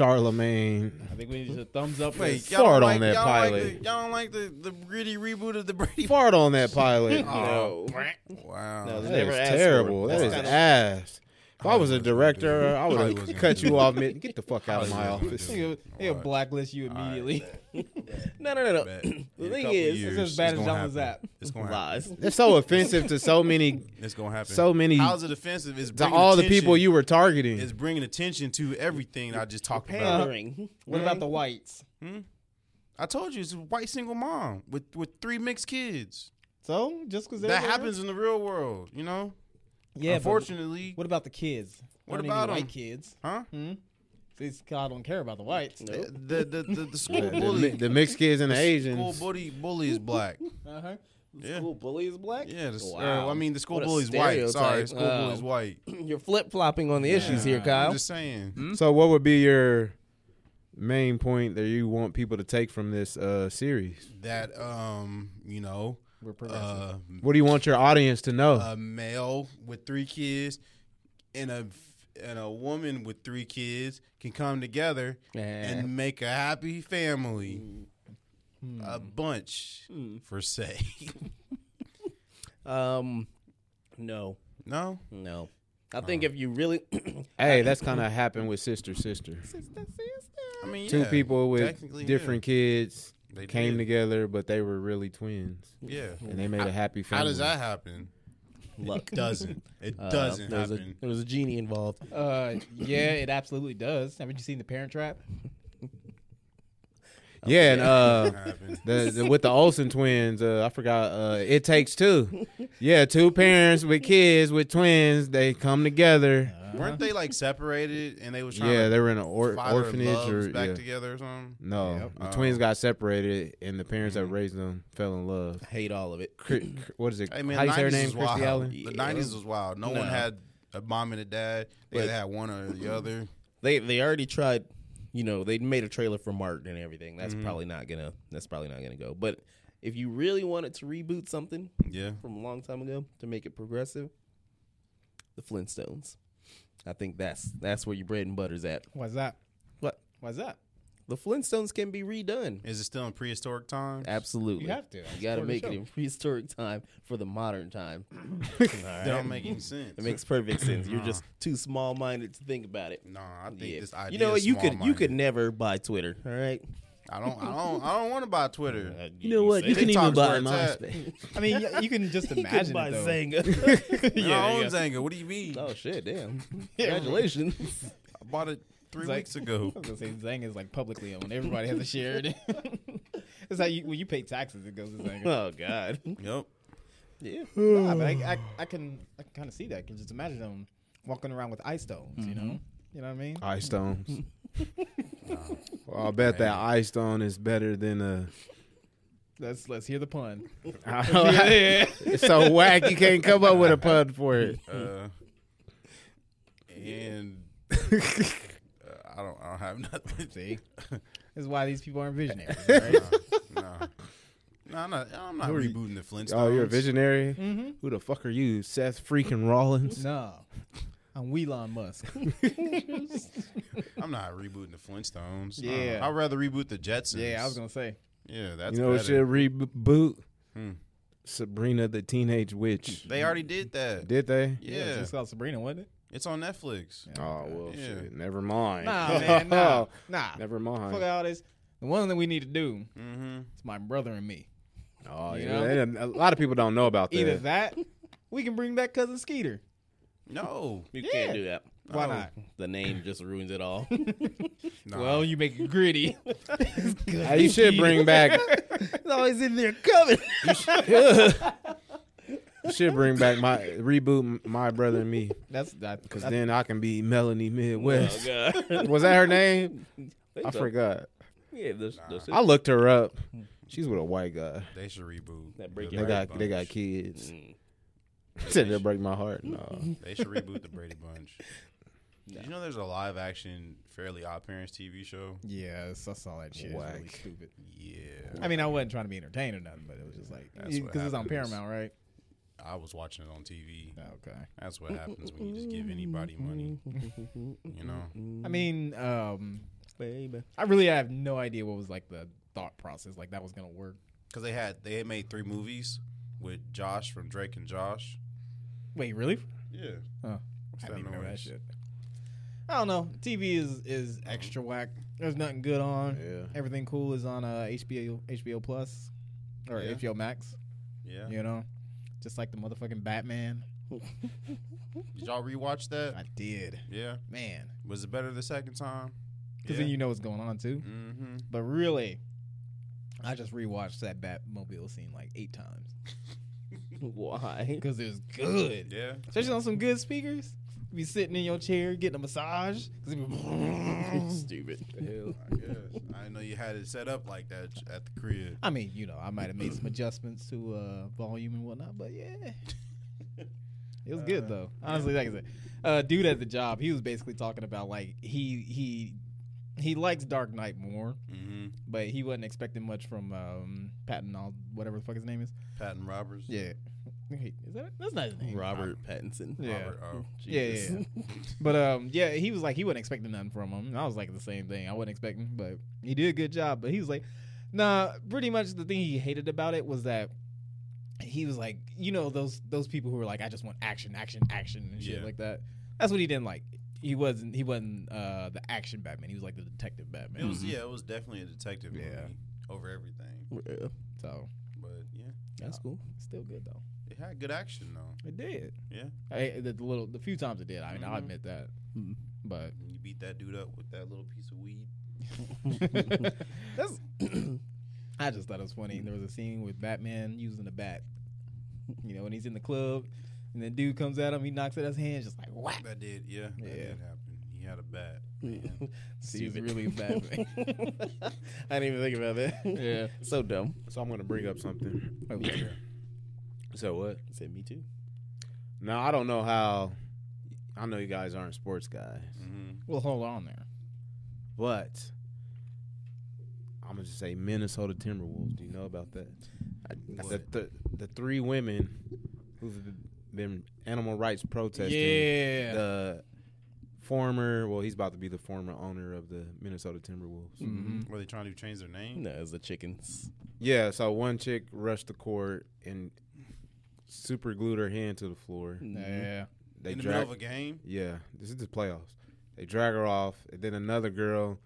Charlemagne. I think we need a thumbs up. for Wait, this. y'all don't Fart on like, that y'all Like pilot. the, y'all don't like the, the gritty reboot of the Brady Bunch? Fart on that pilot. No. Wow. No, That Never is asked for it. terrible. That's That is kinda- ass. If I was a Hollywood's gonna do director, it. I would Hollywood's have gonna cut do you it. off. mid- Get the fuck out of my Hollywood's gonna office. do it. They'll they'll Alright. blacklist you immediately. No, no, no, no. Bet. In The a thing couple is, years, as bad as gonna John was happen. at. It's gonna happen. lies. It's so offensive to so many, It's gonna happen. so many, How's to it offensive? It's bringing all the attention- people you were targeting. It's bringing attention to everything that I just talked about. Pandering. What about the whites? I told you it's a white single mom with with three mixed kids. So just because That happens in the real world, you know. Yeah. Unfortunately. Unfortunately, What about the kids? What Don't about even them? white kids? huh? These God don't care about the whites. The the the, the The, school Mm-hmm. the, mi- bully, the mixed kids and the school Asians. bully, bully is black. Uh huh. Uh-huh. The Yeah. School bully is black. Yeah, the, Wow. uh, I mean the school What a bully's white. Sorry, the stereotype. school Wow. bully's white. You're flip flopping on the issues here, I'm Kyle. I'm just saying. hmm? So, what would be your main point that you want people to take from this uh, series? that um you know We're progressive. uh, What do you want your audience to know? a male with three kids and a and a woman with three kids can come together and make a happy family Hmm. a bunch for say um, no, no no. I think if you really, hey, that's kind of happened with Sister Sister. i mean Two yeah, people technically, with yeah. different kids They came did. together, but they were really twins, yeah and they made a happy family. how does that happen look, doesn't it uh, doesn't there was a- happen there was a genie involved. Uh, yeah, it absolutely does. Haven't you seen The Parent Trap? Yeah, and uh, happen. the, the with the Olsen twins, uh, I forgot. Uh, it takes two. Yeah, two parents with kids with twins. They come together. weren't they like separated and they was Uh, trying Yeah, to they were in an or- father orphanage loves or back yeah. Mm. together or something no. The Oh. twins got separated, and the parents Mm-hmm. that raised them fell in love. I hate all of it. Cri- cri- what is it? Hey man, How do you say her 90s name? was Christy wild. Allen. The nineties was wild. No, No. one had a mom and a dad. They But- either had one or the other. They they already tried. You know, they made a trailer for Martin and everything. That's Mm-hmm. probably not gonna. That's probably not gonna go. But if you really wanted to reboot something Yeah. from a long time ago to make it progressive, the Flintstones. I think that's that's where your bread and butter's at. Why's that? What Why's that? the Flintstones can be redone. Is it still in prehistoric times? Absolutely, You have to. That's You got part to of the make it show. in prehistoric time for the modern time. That don't make any sense. It makes perfect sense. You're just Uh-huh. too small minded to think about it. no, I think Yeah. this idea. you know what? is You could you small-minded. could never buy Twitter. All right. I don't. I don't. I don't want to buy Twitter. you know what? say You can TikTok's even buy where it's at. MySpace. I mean, y- you can just He could imagine buy it, though. Zynga. Man, I there you own Zanga. What do you mean? oh shit! Damn. Congratulations. I bought it three Zang- weeks ago. I was gonna say Zang is like publicly owned. Everybody has a share. in it. it's like you, when you pay taxes, it goes to Zang. oh god. yep. Yeah. nah, but I, I, I can, I can kind of see that. I can just imagine them walking around with ice stones. You know, you know what I mean? Ice stones. well, I bet that ice stone is better than a. Let's let's hear the pun. it's so whack you can't come up with a pun for it. Uh, and uh, I don't. I don't have nothing. See, this is why these people aren't visionaries. No. No, I'm not, I'm not Who are you- rebooting the Flintstones. Oh, you're a visionary. Who the fuck are you, Seth freaking Rollins? Mm-hmm. no, I'm Elon Musk. I'm not rebooting the Flintstones. Yeah. Uh, I'd rather reboot the Jetsons. yeah, I was gonna say. Yeah, that's you know, it better. should reboot Hmm. Sabrina the Teenage Witch. They already did that. Did they? yeah, it was just called Sabrina, wasn't it? it's on Netflix. Oh well, Yeah. shit. Never mind. Nah, man, nah, nah. Never Fuck mind. all this. The one thing we need to do Mm-hmm. is my brother and me. Oh You yeah, know? they done- a lot of people don't know about that. Either that, we can bring back cousin Skeeter. No, You Yeah. can't do that. Why Oh. not? The name just ruins it all. nah. Well, you make it gritty. Hey, you should bring back. it's always in there coming. you should bring back my reboot. My brother and me, That's that. because that's- then I can be Melanie oh Midwest. god. Was that her name? I forgot. Yeah, this, this I looked her up. She's with a white guy. they should reboot. That Breaking the They Right got Brady they got Bunch. kids. Mm. Said that break my heart. No. They should reboot the Brady Bunch. Did you know there's a live action Fairly Odd Parents TV show? yes, I saw that shit. It's really Whack. stupid. Yeah, I mean, I wasn't trying to be entertained or nothing, but it was just like That's what because it's on happens. Paramount, right? I was watching it on TV. Okay. That's what happens when you just give anybody money. You know, I mean, um, Baby. I really have no idea what was like the thought process, like that was gonna work. because they had they had made three movies with Josh from Drake and Josh. Wait, really? Yeah, Oh, What's I didn't even know that noise? shit. I don't know. TV is is extra whack. There's nothing good on. Yeah. Everything cool is on uh, HBO HBO Plus or Yeah. HBO Max. Yeah. You know, just like the motherfucking Batman. Did y'all rewatch that? I did, Yeah. man. Was it better the second time? Because then you know what's going on too. Mm-hmm. But really, I just rewatched that Batmobile scene like eight times Why? because it was good, Yeah. especially on some good speakers. You be sitting in your chair getting a massage. 'Cause it be- Stupid. I guess. I didn't know you had it set up like that at the crib. I mean, you know, I might have made some adjustments to uh, volume and whatnot, but yeah. It was Uh, good though. Honestly, like I said, uh, dude at the job, he was basically talking about like he he he likes Dark Knight more, Mm-hmm. but he wasn't expecting much from um, Patton, all whatever the fuck his name is. Patton Roberts. Yeah, Wait, is that that's not his name. Robert Pattinson. Yeah. Robert, oh. Yeah, Jesus. yeah, But um, yeah, he was like he wasn't expecting nothing from him. And I was like the same thing. I wasn't expecting, but he did a good job. But he was like, nah. Pretty much the thing he hated about it was that he was like, you know, those those people who were like, I just want action, action, action, and shit Yeah. like that. That's what he didn't like. He wasn't he wasn't uh the action Batman. He was like the detective Batman. It was yeah, it was definitely a detective movie Mm-hmm. Yeah. over everything. Yeah, so But yeah, That's cool. still good though. it had good action though. It did. Yeah. I, the, the little the few times it did. I mean, I'll Mhm. admit that. Mhm. But And you beat that dude up with that little piece of weed. That's, I just thought it was funny. There was a scene with Batman using a bat. You know, when he's in the club, and then dude comes at him, he knocks at his hand, just like whack. That did, yeah, that Yeah. did happen. He had a bat. Yeah. He's really Batman. I didn't even think about that. Yeah. Oh, So dumb. So I'm gonna bring up something. So what? I said me too. No, I don't know how. I know you guys aren't sports guys, Mm-hmm. Well, hold on there. but I'm gonna just say Minnesota Timberwolves. Do you know about that? The, the the three women who've been animal rights protesting. Yeah. The former, well, he's about to be the former owner of the Minnesota Timberwolves. Mm. Mm-hmm. Were they trying to change their name? No, it's the chickens. Yeah, so one chick rushed the court and super glued her hand to the floor. Mm-hmm. Yeah. They In the drag- middle of a game. Yeah, this is the playoffs. They drag her off, and then another girl,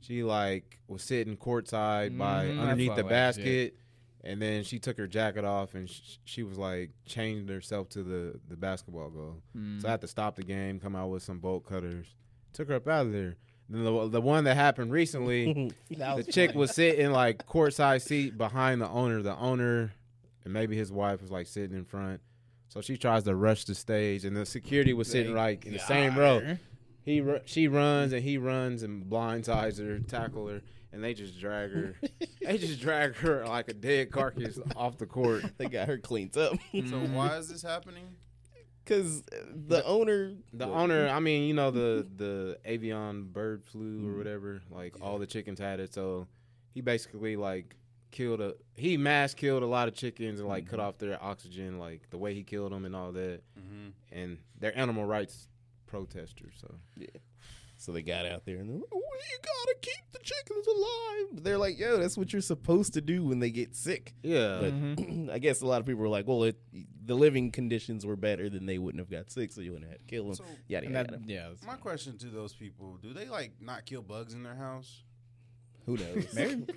she like was sitting courtside by Mhm, I underneath saw the that basket, and then she took her jacket off and sh- she was like changing herself to the the basketball goal. Mm. So I had to stop the game, come out with some bolt cutters, took her up out of there. Then the the one that happened recently, the chick was sitting like courtside seat behind the owner. The owner and maybe his wife was like sitting in front. So she tries to rush the stage, and the security was sitting like in the same row. He ru- she runs and he runs and blindsides her, tackle her, and they just drag her. they just drag her like a dead carcass off the court. They got her cleaned up So why is this happening? because the owner. The owner, I mean, you know the the avian bird flu or whatever. Like all the chickens had it, so he basically like killed a he mass killed a lot of chickens and like cut off their oxygen, like the way he killed them and all that. Mm-hmm. And they're animal rights protesters, so So they got out there and they're like, "We gotta keep the chickens alive." They're like, "Yo, that's what you're supposed to do when they get sick." yeah. But I guess a lot of people were like, "Well, it, the living conditions were better, then they wouldn't have got sick, so you wouldn't have had to kill them." So- yada And yada. that, yada. yeah. that's- My question to those people: Do they like not kill bugs in their house? Who knows?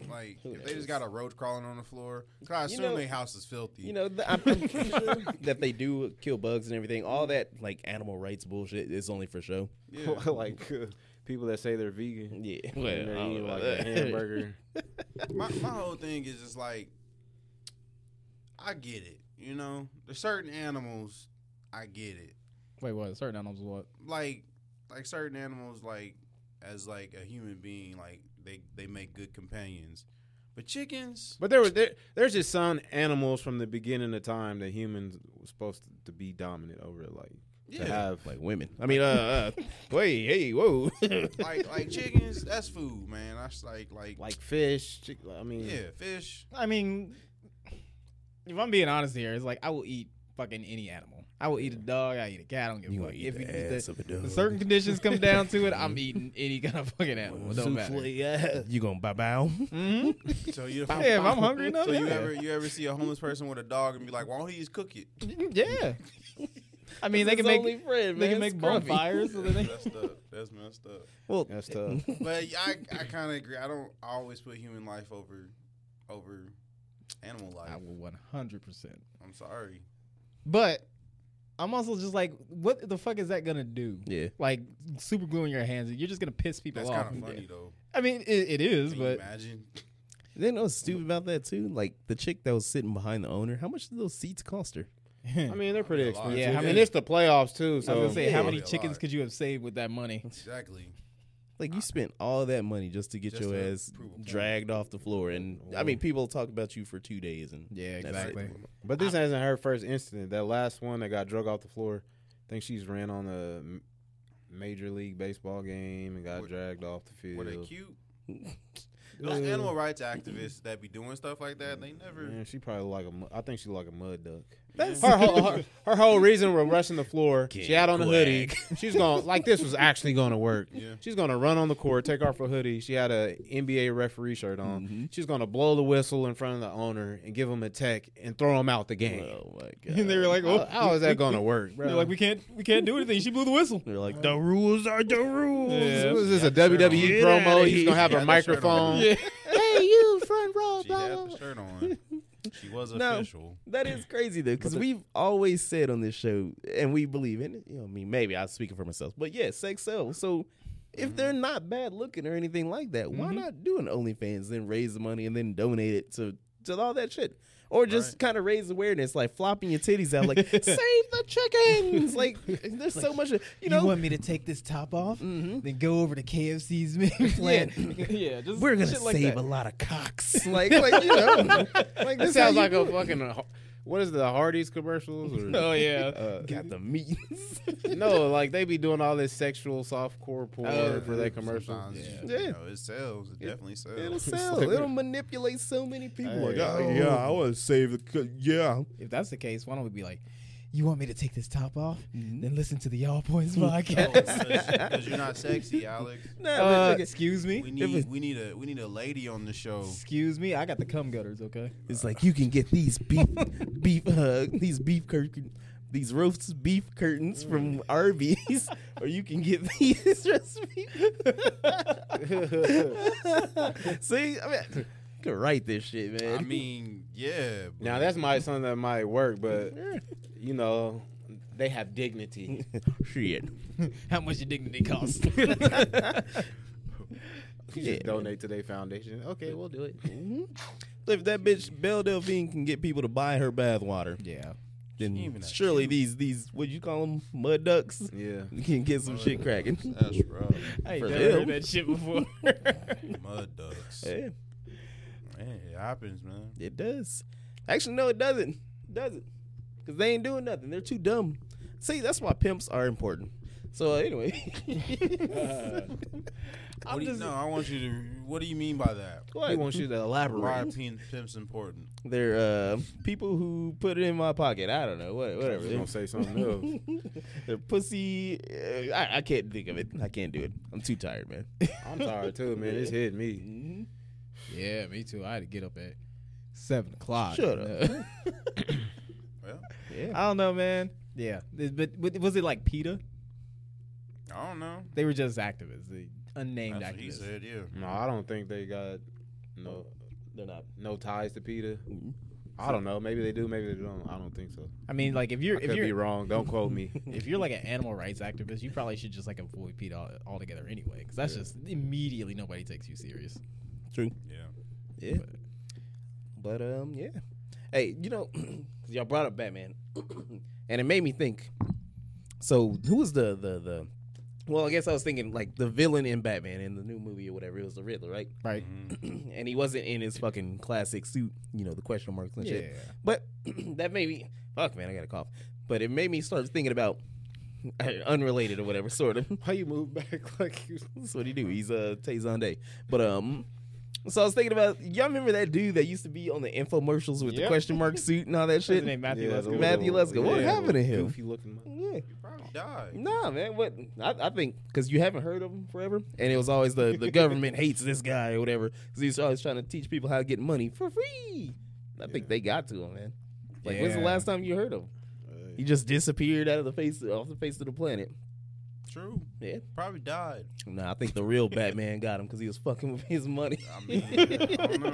Like, Who if they knows? just got a roach crawling on the floor. 'Cause I You assume know- their house is filthy. You know, th- I'm, I'm sure that they do kill bugs and everything. All that like animal rights bullshit is only for show. yeah. like uh, people that say they're vegan. Yeah, and they eat like a hamburger. my, my whole thing is just like I get it, you know. There's certain animals I get it. Wait, what? Certain animals, what? Like like certain animals like as like a human being, like they they make good companions. But chickens But there was there there's just some animals from the beginning of time that humans were supposed to, to be dominant over, like yeah, to have like women. I mean, uh, uh wait, hey, whoa. like like chickens, that's food, man. That's like like, like fish. Chick, I mean, yeah, fish. I mean, if I'm being honest here, it's like I will eat fucking any animal. I will eat a dog. I eat a cat. I don't give a fuck. If it- the- of a dog. the certain conditions come down to it, I'm eating any kind of fucking animal. It don't matter. You gonna bow bow? hmm So you Yeah, if I'm hungry enough. So you yeah. ever you ever see a homeless person with a dog and be like, why don't he just cook it? yeah. I mean, they can make friend, they can make bonfires. So that they, That's messed up. That's messed up. Well, that's tough. But I, I kind of agree. I don't always put human life over over animal life. I will 100. percent I'm sorry. But I'm also just like, what the fuck is that gonna do? yeah. Like super gluing your hands, you're just gonna piss people That's off. kind of funny though. I mean, it, it is, Can you but imagine? Then I was stupid about that too. Like the chick that was sitting behind the owner. How much did those seats cost her? I mean, they're pretty Yeah, a lot. expensive. Yeah, how and many- it's the playoffs too. I was So gonna say, how Yeah. many Yeah. chickens could you have saved with that money? Exactly. Like you spent all that money just to get Just your to ass prove a point. dragged off the floor, and I mean, people talk about you for two days, and Yeah, that's it. exactly. but this hasn't her first incident. That last one that got drug off the floor. I think she's ran on a m- major league baseball game and got Were- dragged off the Were field. they cute? Those animal rights activists that be doing stuff like that, they never. Man, she probably like a. mu- I think she like a mud duck. That's- her, whole, her, her whole reason for rushing the floor. she had on a hoodie. She's going like this was actually going to work. Yeah. She's going to run on the court, take off her hoodie. She had a NBA referee shirt on. Mm-hmm. She's going to blow the whistle in front of the owner and give him a tech and throw him out the game. Oh my god! And they were like, How- "Oh, how is that going to work, bro? They're like, we can't, we can't do anything. She blew the whistle. they're like, The rules are the rules. Yeah. was this a WWE E promo? He's gonna have She a had that shirt on. microphone. Yeah. Hey, you front row, She blah, blah, had the shirt on. She was No. official. That is crazy though, because we've always said on this show, and we believe in it. You know, I mean, maybe I'm speaking for myself, but yeah, sex sells. So if they're not bad looking or anything like that, why not do an OnlyFans, then raise the money and then donate it to to all that shit, or just Right. kind of raise awareness, like flopping your titties out, like save the chickens. Like there's so much, you know. me to take this top off? Mhm. Then go over to KFC's meat plan. Mm-hmm. yeah, just We're gonna shit like save a that. lot of cocks. Like, like you know, like This this how sounds you like a do it. fucking. uh, What is the Hardee's commercials? Or? Oh yeah, got the meats. no, like they be doing all this sexual softcore porn for their commercials. Sometimes, Yeah. You Yeah. know, it sells. It, definitely sells. It'll sell. It'll manipulate so many people. Hey, like, oh, oh. yeah, I want to save the. Co- yeah. if that's the case, why don't we be like, You want me to take this top off? Mm-hmm. Then listen to the All Points Oh. Oh, podcast. Because you're not sexy, Alex. Nah, uh, but look, excuse me, We If need it's- we need a we need a lady on the show. excuse me, I got the cum gutters. Okay, it's like you can get these beef, beef, uh, these beef curtain, these roast beef curtains from Arby's, or you can get these just beef. See, I mean, you could write this shit, man. I mean, yeah. but- Now that's my something that might work, but you know, they have dignity. shit. how much your dignity cost? You Yeah. should donate to their foundation. Okay, we'll do it. Mm-hmm. If that bitch Belle Delphine can get people to buy her bathwater, yeah, She ain't then even that surely these these what you call them mud ducks Yeah. can get some shit cracking. That's rough. I ain't For never heard them. that shit before. Mud ducks. Yeah, Man, it happens, man. it does. Actually, no, it doesn't. It doesn't. Because they ain't doing nothing. They're too dumb. See, that's why pimps are important. So, uh, anyway. What do you, no, I want you to. What do you mean by that? He wants you to Why are elaborate. pimp- pimps important? They're uh, people who put it in my pocket. I don't know. What, I was whatever. gonna say something else. They're pussy. Uh, I, I can't think of it. I can't do it. I'm too tired, man. I'm tired too, man. It's hitting me. yeah, me too. I had to get up at seven o'clock. Shut up. Well, Yeah. I don't know, man. Yeah, but, but was it like PETA? I don't know. They were just activists, the unnamed That's what he activists. said. Yeah. No, I don't think they got no They're not. no ties to Peter. I don't know. Maybe they do. Maybe they don't. I don't think so. I mean, like if you're I if could be you're wrong. Don't quote me. if you're like an animal rights activist, you probably should just like avoid PETA al- altogether anyway, because that's just immediately nobody takes you serious. True. Yeah. Yeah. But um, yeah. Hey, you know, 'cause y'all brought up Batman, and it made me think. So who was the the the? Well, I guess I was thinking like the villain in Batman in the new movie or whatever. It was the Riddler, right? Right. Mm-hmm. and he wasn't in his fucking classic suit, you know, the question marks and shit. Yeah. But that made me fuck, man. I got a cough. But it made me start thinking about uh, unrelated or whatever, sort of. Why you move back like you? That's what he do. He's a uh, Tazan Day. But um, so I was thinking about y'all remember that dude that used to be on the infomercials with the Yep. question mark suit and all that What's his shit. name? Matthew Yeah, Lesko? the Matthew little- Lesko. What yeah, happened to him? Goofy looking. man. Yeah. Probably died. Nah, man. What I, I think because you haven't heard of him forever, and it was always the the government hates this guy or whatever because he was always trying to teach people how to get money for free. I think they got to him, man. Like, when's the Yeah. last time you heard of him? He just disappeared out of the face off the face of the planet. True. Yeah. Probably died. Nah, I think the real Batman got him because he was fucking with his money. I mean, yeah, I don't know.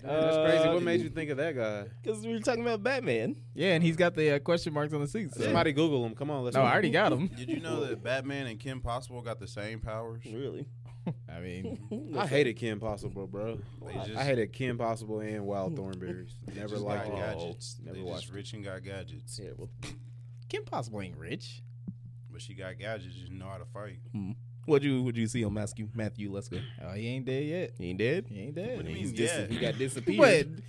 Damn, that's crazy. Uh, What made you think of that guy? Because we were talking about Batman. Yeah, and he's got the uh, question marks on the seats. Somebody Google him. Come on, let's. No, I already got him. Did you know that Batman and Kim Possible got the same powers? Really? I mean, I hated Kim Possible, bro. They I- I just- hated Kim Possible and Wild Thornberries. They Never just liked got it. gadgets. Never they watched just it. rich and got gadgets. Yeah, well, Kim Possible ain't rich. But she got gadgets. You know how to fight. what you what you see on Matthew? Matthew, let's go. Oh, he ain't dead yet. He ain't dead. He ain't dead. What do you He's mean, dis- yeah? He got What? disappeared.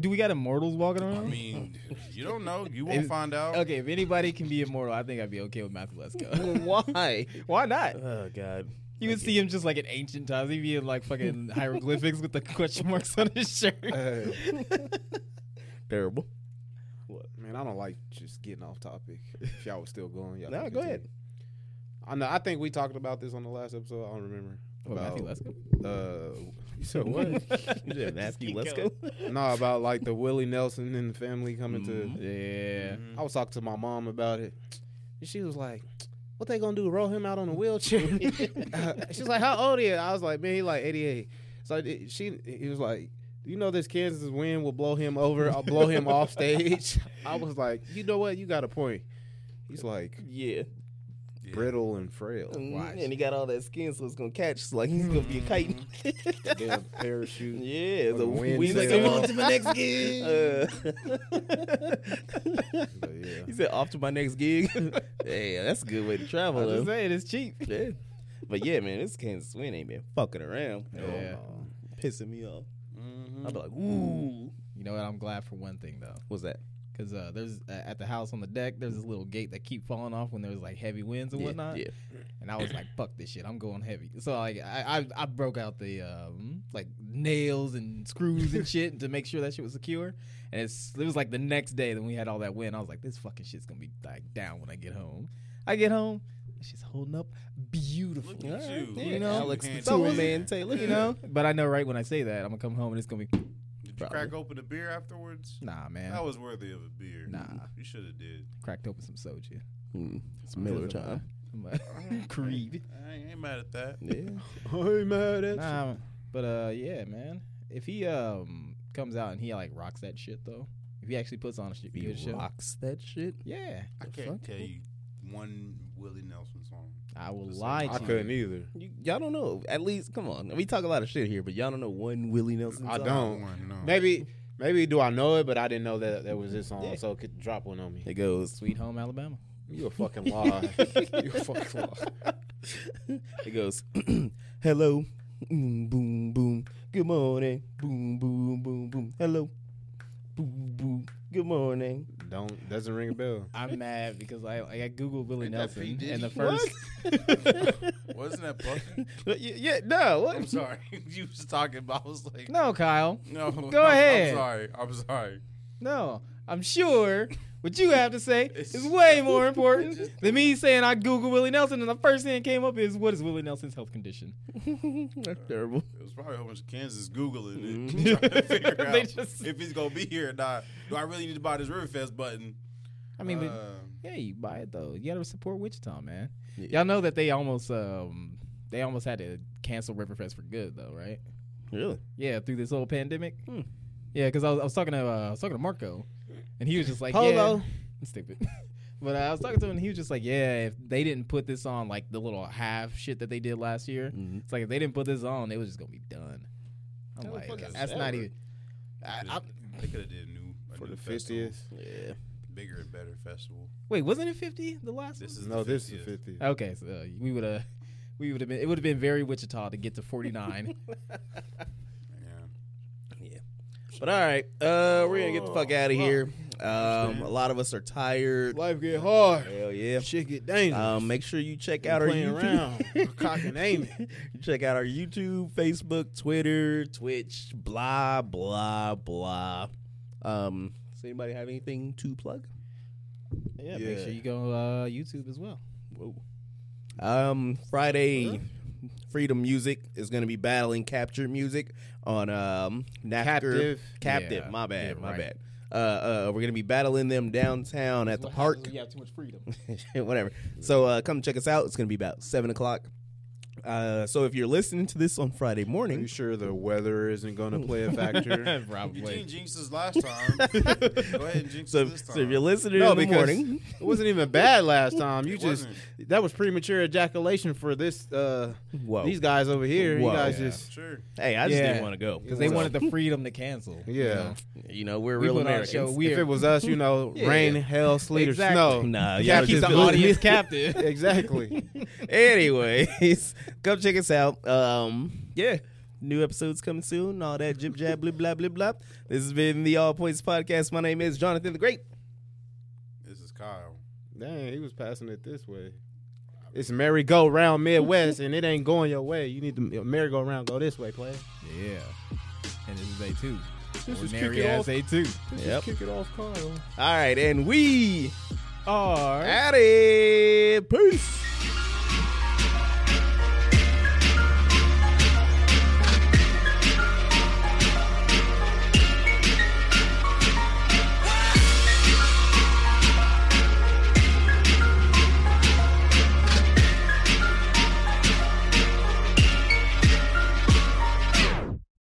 Do we got immortals walking I around? mean, you don't know. You won't If- find out. okay, if anybody can be immortal, I think I'd be okay with Matthew Lesko. Why? Why not? Oh God. You would see him just like in ancient times. He'd be in like fucking hieroglyphics with the question marks on his shirt. Hey, Terrible. man, I don't like just getting off topic. If y'all was still going, y'all Nah, can go continue. ahead. I know. I think we talked about this on the last episode. I don't remember. What, Matthew Lesko? Uh, you said what? You said Matthew, keep let's go. going. no, about like the Willie Nelson and the family coming to. Yeah. I was talking to my mom about it. And she was like, "What they gonna do? Roll him out on a wheelchair?" She's like, "How old he?" Is? I was like, "Man, he like 88." So it- she, he was like. "Do You know this Kansas wind will blow him over. I'll blow him off stage. I was like, you know what? You got a point. He's like Yeah. Yeah. brittle and frail. Mm, And he got all that skin, so it's gonna catch. So like he's gonna be a kite. Damn parachute. yeah, the Fucking wind wind's like sail. I'm on to my next gig. Uh, But yeah. he said off to my next gig. hey, that's a good way to I travel. was just Though. saying, it's cheap. Yeah. But yeah, man, this Kansas wind ain't been fucking around. Yeah. Pissing me off. Mhm. I'll be like, ooh, You know what? I'm glad for one thing though, what's that? because uh, there's uh, at the house on the deck, there's this little gate that keep falling off when there's like heavy winds and yeah, whatnot. yeah. And I was like, "Fuck this shit! I'm going heavy." So like, I I, I broke out the um, like nails and screws and shit to make sure that shit was secure. And it's it was like the next day that we had all that wind. I was like, "This fucking shit's gonna be like down when I get home." I get home, that shit's holding up beautiful. Look at All you. there Look at know, you Alex the handling tool it. man Taylor. You know, but I know right when I say that, I'm gonna come home and it's gonna be Did you Probably. crack open a beer afterwards? nah, man. That was worthy of a beer. Nah. you should have did. cracked open some soju. Mm, it's Miller time. I'm like, Creed. I ain't, ain't mad at that. Yeah. I'm mad at you. Nah, but uh, yeah, man. If he um comes out and he like rocks that shit though, if he actually puts on a sh- good He show, rocks that shit. yeah, I The can't fuck? tell you one Willie Nelson song. I e-, will Just lie to I you. couldn't either. You, y'all don't know. At least, come on. We talk a lot of shit here, but y'all don't know one Willie Nelson. I song? don't. One, no. Maybe, maybe do I know it, but I didn't know that that was this song. Yeah. So could drop one on me. It goes. Sweet Home Alabama. You a fucking lie. you a fucking lie. It goes. Hello. Mm, boom boom. Good morning. Boom boom boom boom. Hello. Boom boom. Good morning. Don't doesn't ring a bell. I'm mad because I I Googled Willie Ain't that P. Nelson Diddy? and the first Wasn't that Buffy? Y- yeah. No. I'm What? sorry. You was talking about. I was like, no. no Kyle I'm- ahead. I'm sorry. I'm sorry. no I'm sure what you have to say It's- is way more important than me saying I Googled Willie Nelson and the first thing that came up is what is Willie Nelson's health condition? That's Uh, terrible. It was probably a whole bunch of Kansas Googling it. trying to figure Mm-hmm. They out just- if he's going to be here or not. Do I really need to buy this Riverfest button? I mean, but Uh, Yeah, you buy it though. You gotta support Wichita, man. Yeah. Y'all know that they almost um they almost had to cancel Riverfest for good though, right? Really? Yeah, through this whole pandemic. Hmm. Yeah, because I was, I was talking to uh, I was talking to Marco, and he was just like, Polo. yeah, stupid. but uh, I was talking to him, and he was just like, yeah, if they didn't put this on like the little half shit that they did last year, Mhm. it's like if they didn't put this on, it was just gonna be done. I'm How the like, fuck is that's that work? not even. I, I, they could have did a new a For new the festival. fiftieth. Yeah. bigger and better festival. wait, wasn't it fifty the last? one? This is No, the this is 50th. fifty. Okay, so uh, we would have, we would have been. It would have been very Wichita to get to forty nine. Yeah. But all right. Uh, we're gonna get the fuck Oh, out of here. Um, a lot of us are tired. Life get hard. Hell yeah. Shit get dangerous. Um, make sure you check out our playing YouTube. around, cock and aiming. You check out our YouTube, Facebook, Twitter, Twitch, blah blah blah. Um, does anybody have anything to plug? yeah, Yeah. make sure you go uh, YouTube as well. Whoa. Um, Friday, Freedom Music is going to be battling Capture Music on um NAFCA- Captive. Captive, Yeah. my bad, Yeah, my right. bad. Uh, uh, we're gonna be battling them downtown at the park. You have too much freedom. whatever. So uh, come check us out. It's gonna be about seven o'clock. Uh, so if you're listening to this on Friday Are you morning, sure the weather isn't going to play a factor? You Probably. didn't jinx us last time. Go ahead and jinx so, us this time. so if you're listening no, in the because morning, it wasn't even bad last time. You It just that was premature ejaculation for this. Uh, whoa, these guys over here. Whoa. You guys Yeah. just sure. hey, I just Yeah. didn't want to go Because they So, wanted the freedom to cancel. you Yeah. know? you know, we're We real put on a Americans. show. We if are- it was us, you know, Yeah. rain, hail, sleet, Exactly. or snow. Nah, You y'all gotta keep just the do it. audience captive. exactly. Anyways, come check us out. Um, yeah, new episodes coming soon. All that jib jab, blah blah blah blah. This has been the All Points Podcast. My name is Jonathan the Great. This is Kyle. Dang, he was passing it this way. It's merry-go-round Midwest, and it ain't going your way. You need the merry-go-round go this way, player. Yeah. And this is day two. is Ordinary kick it ass off. day two. Yep. Kick it off, Kyle. All right, and we All right. at it. Peace.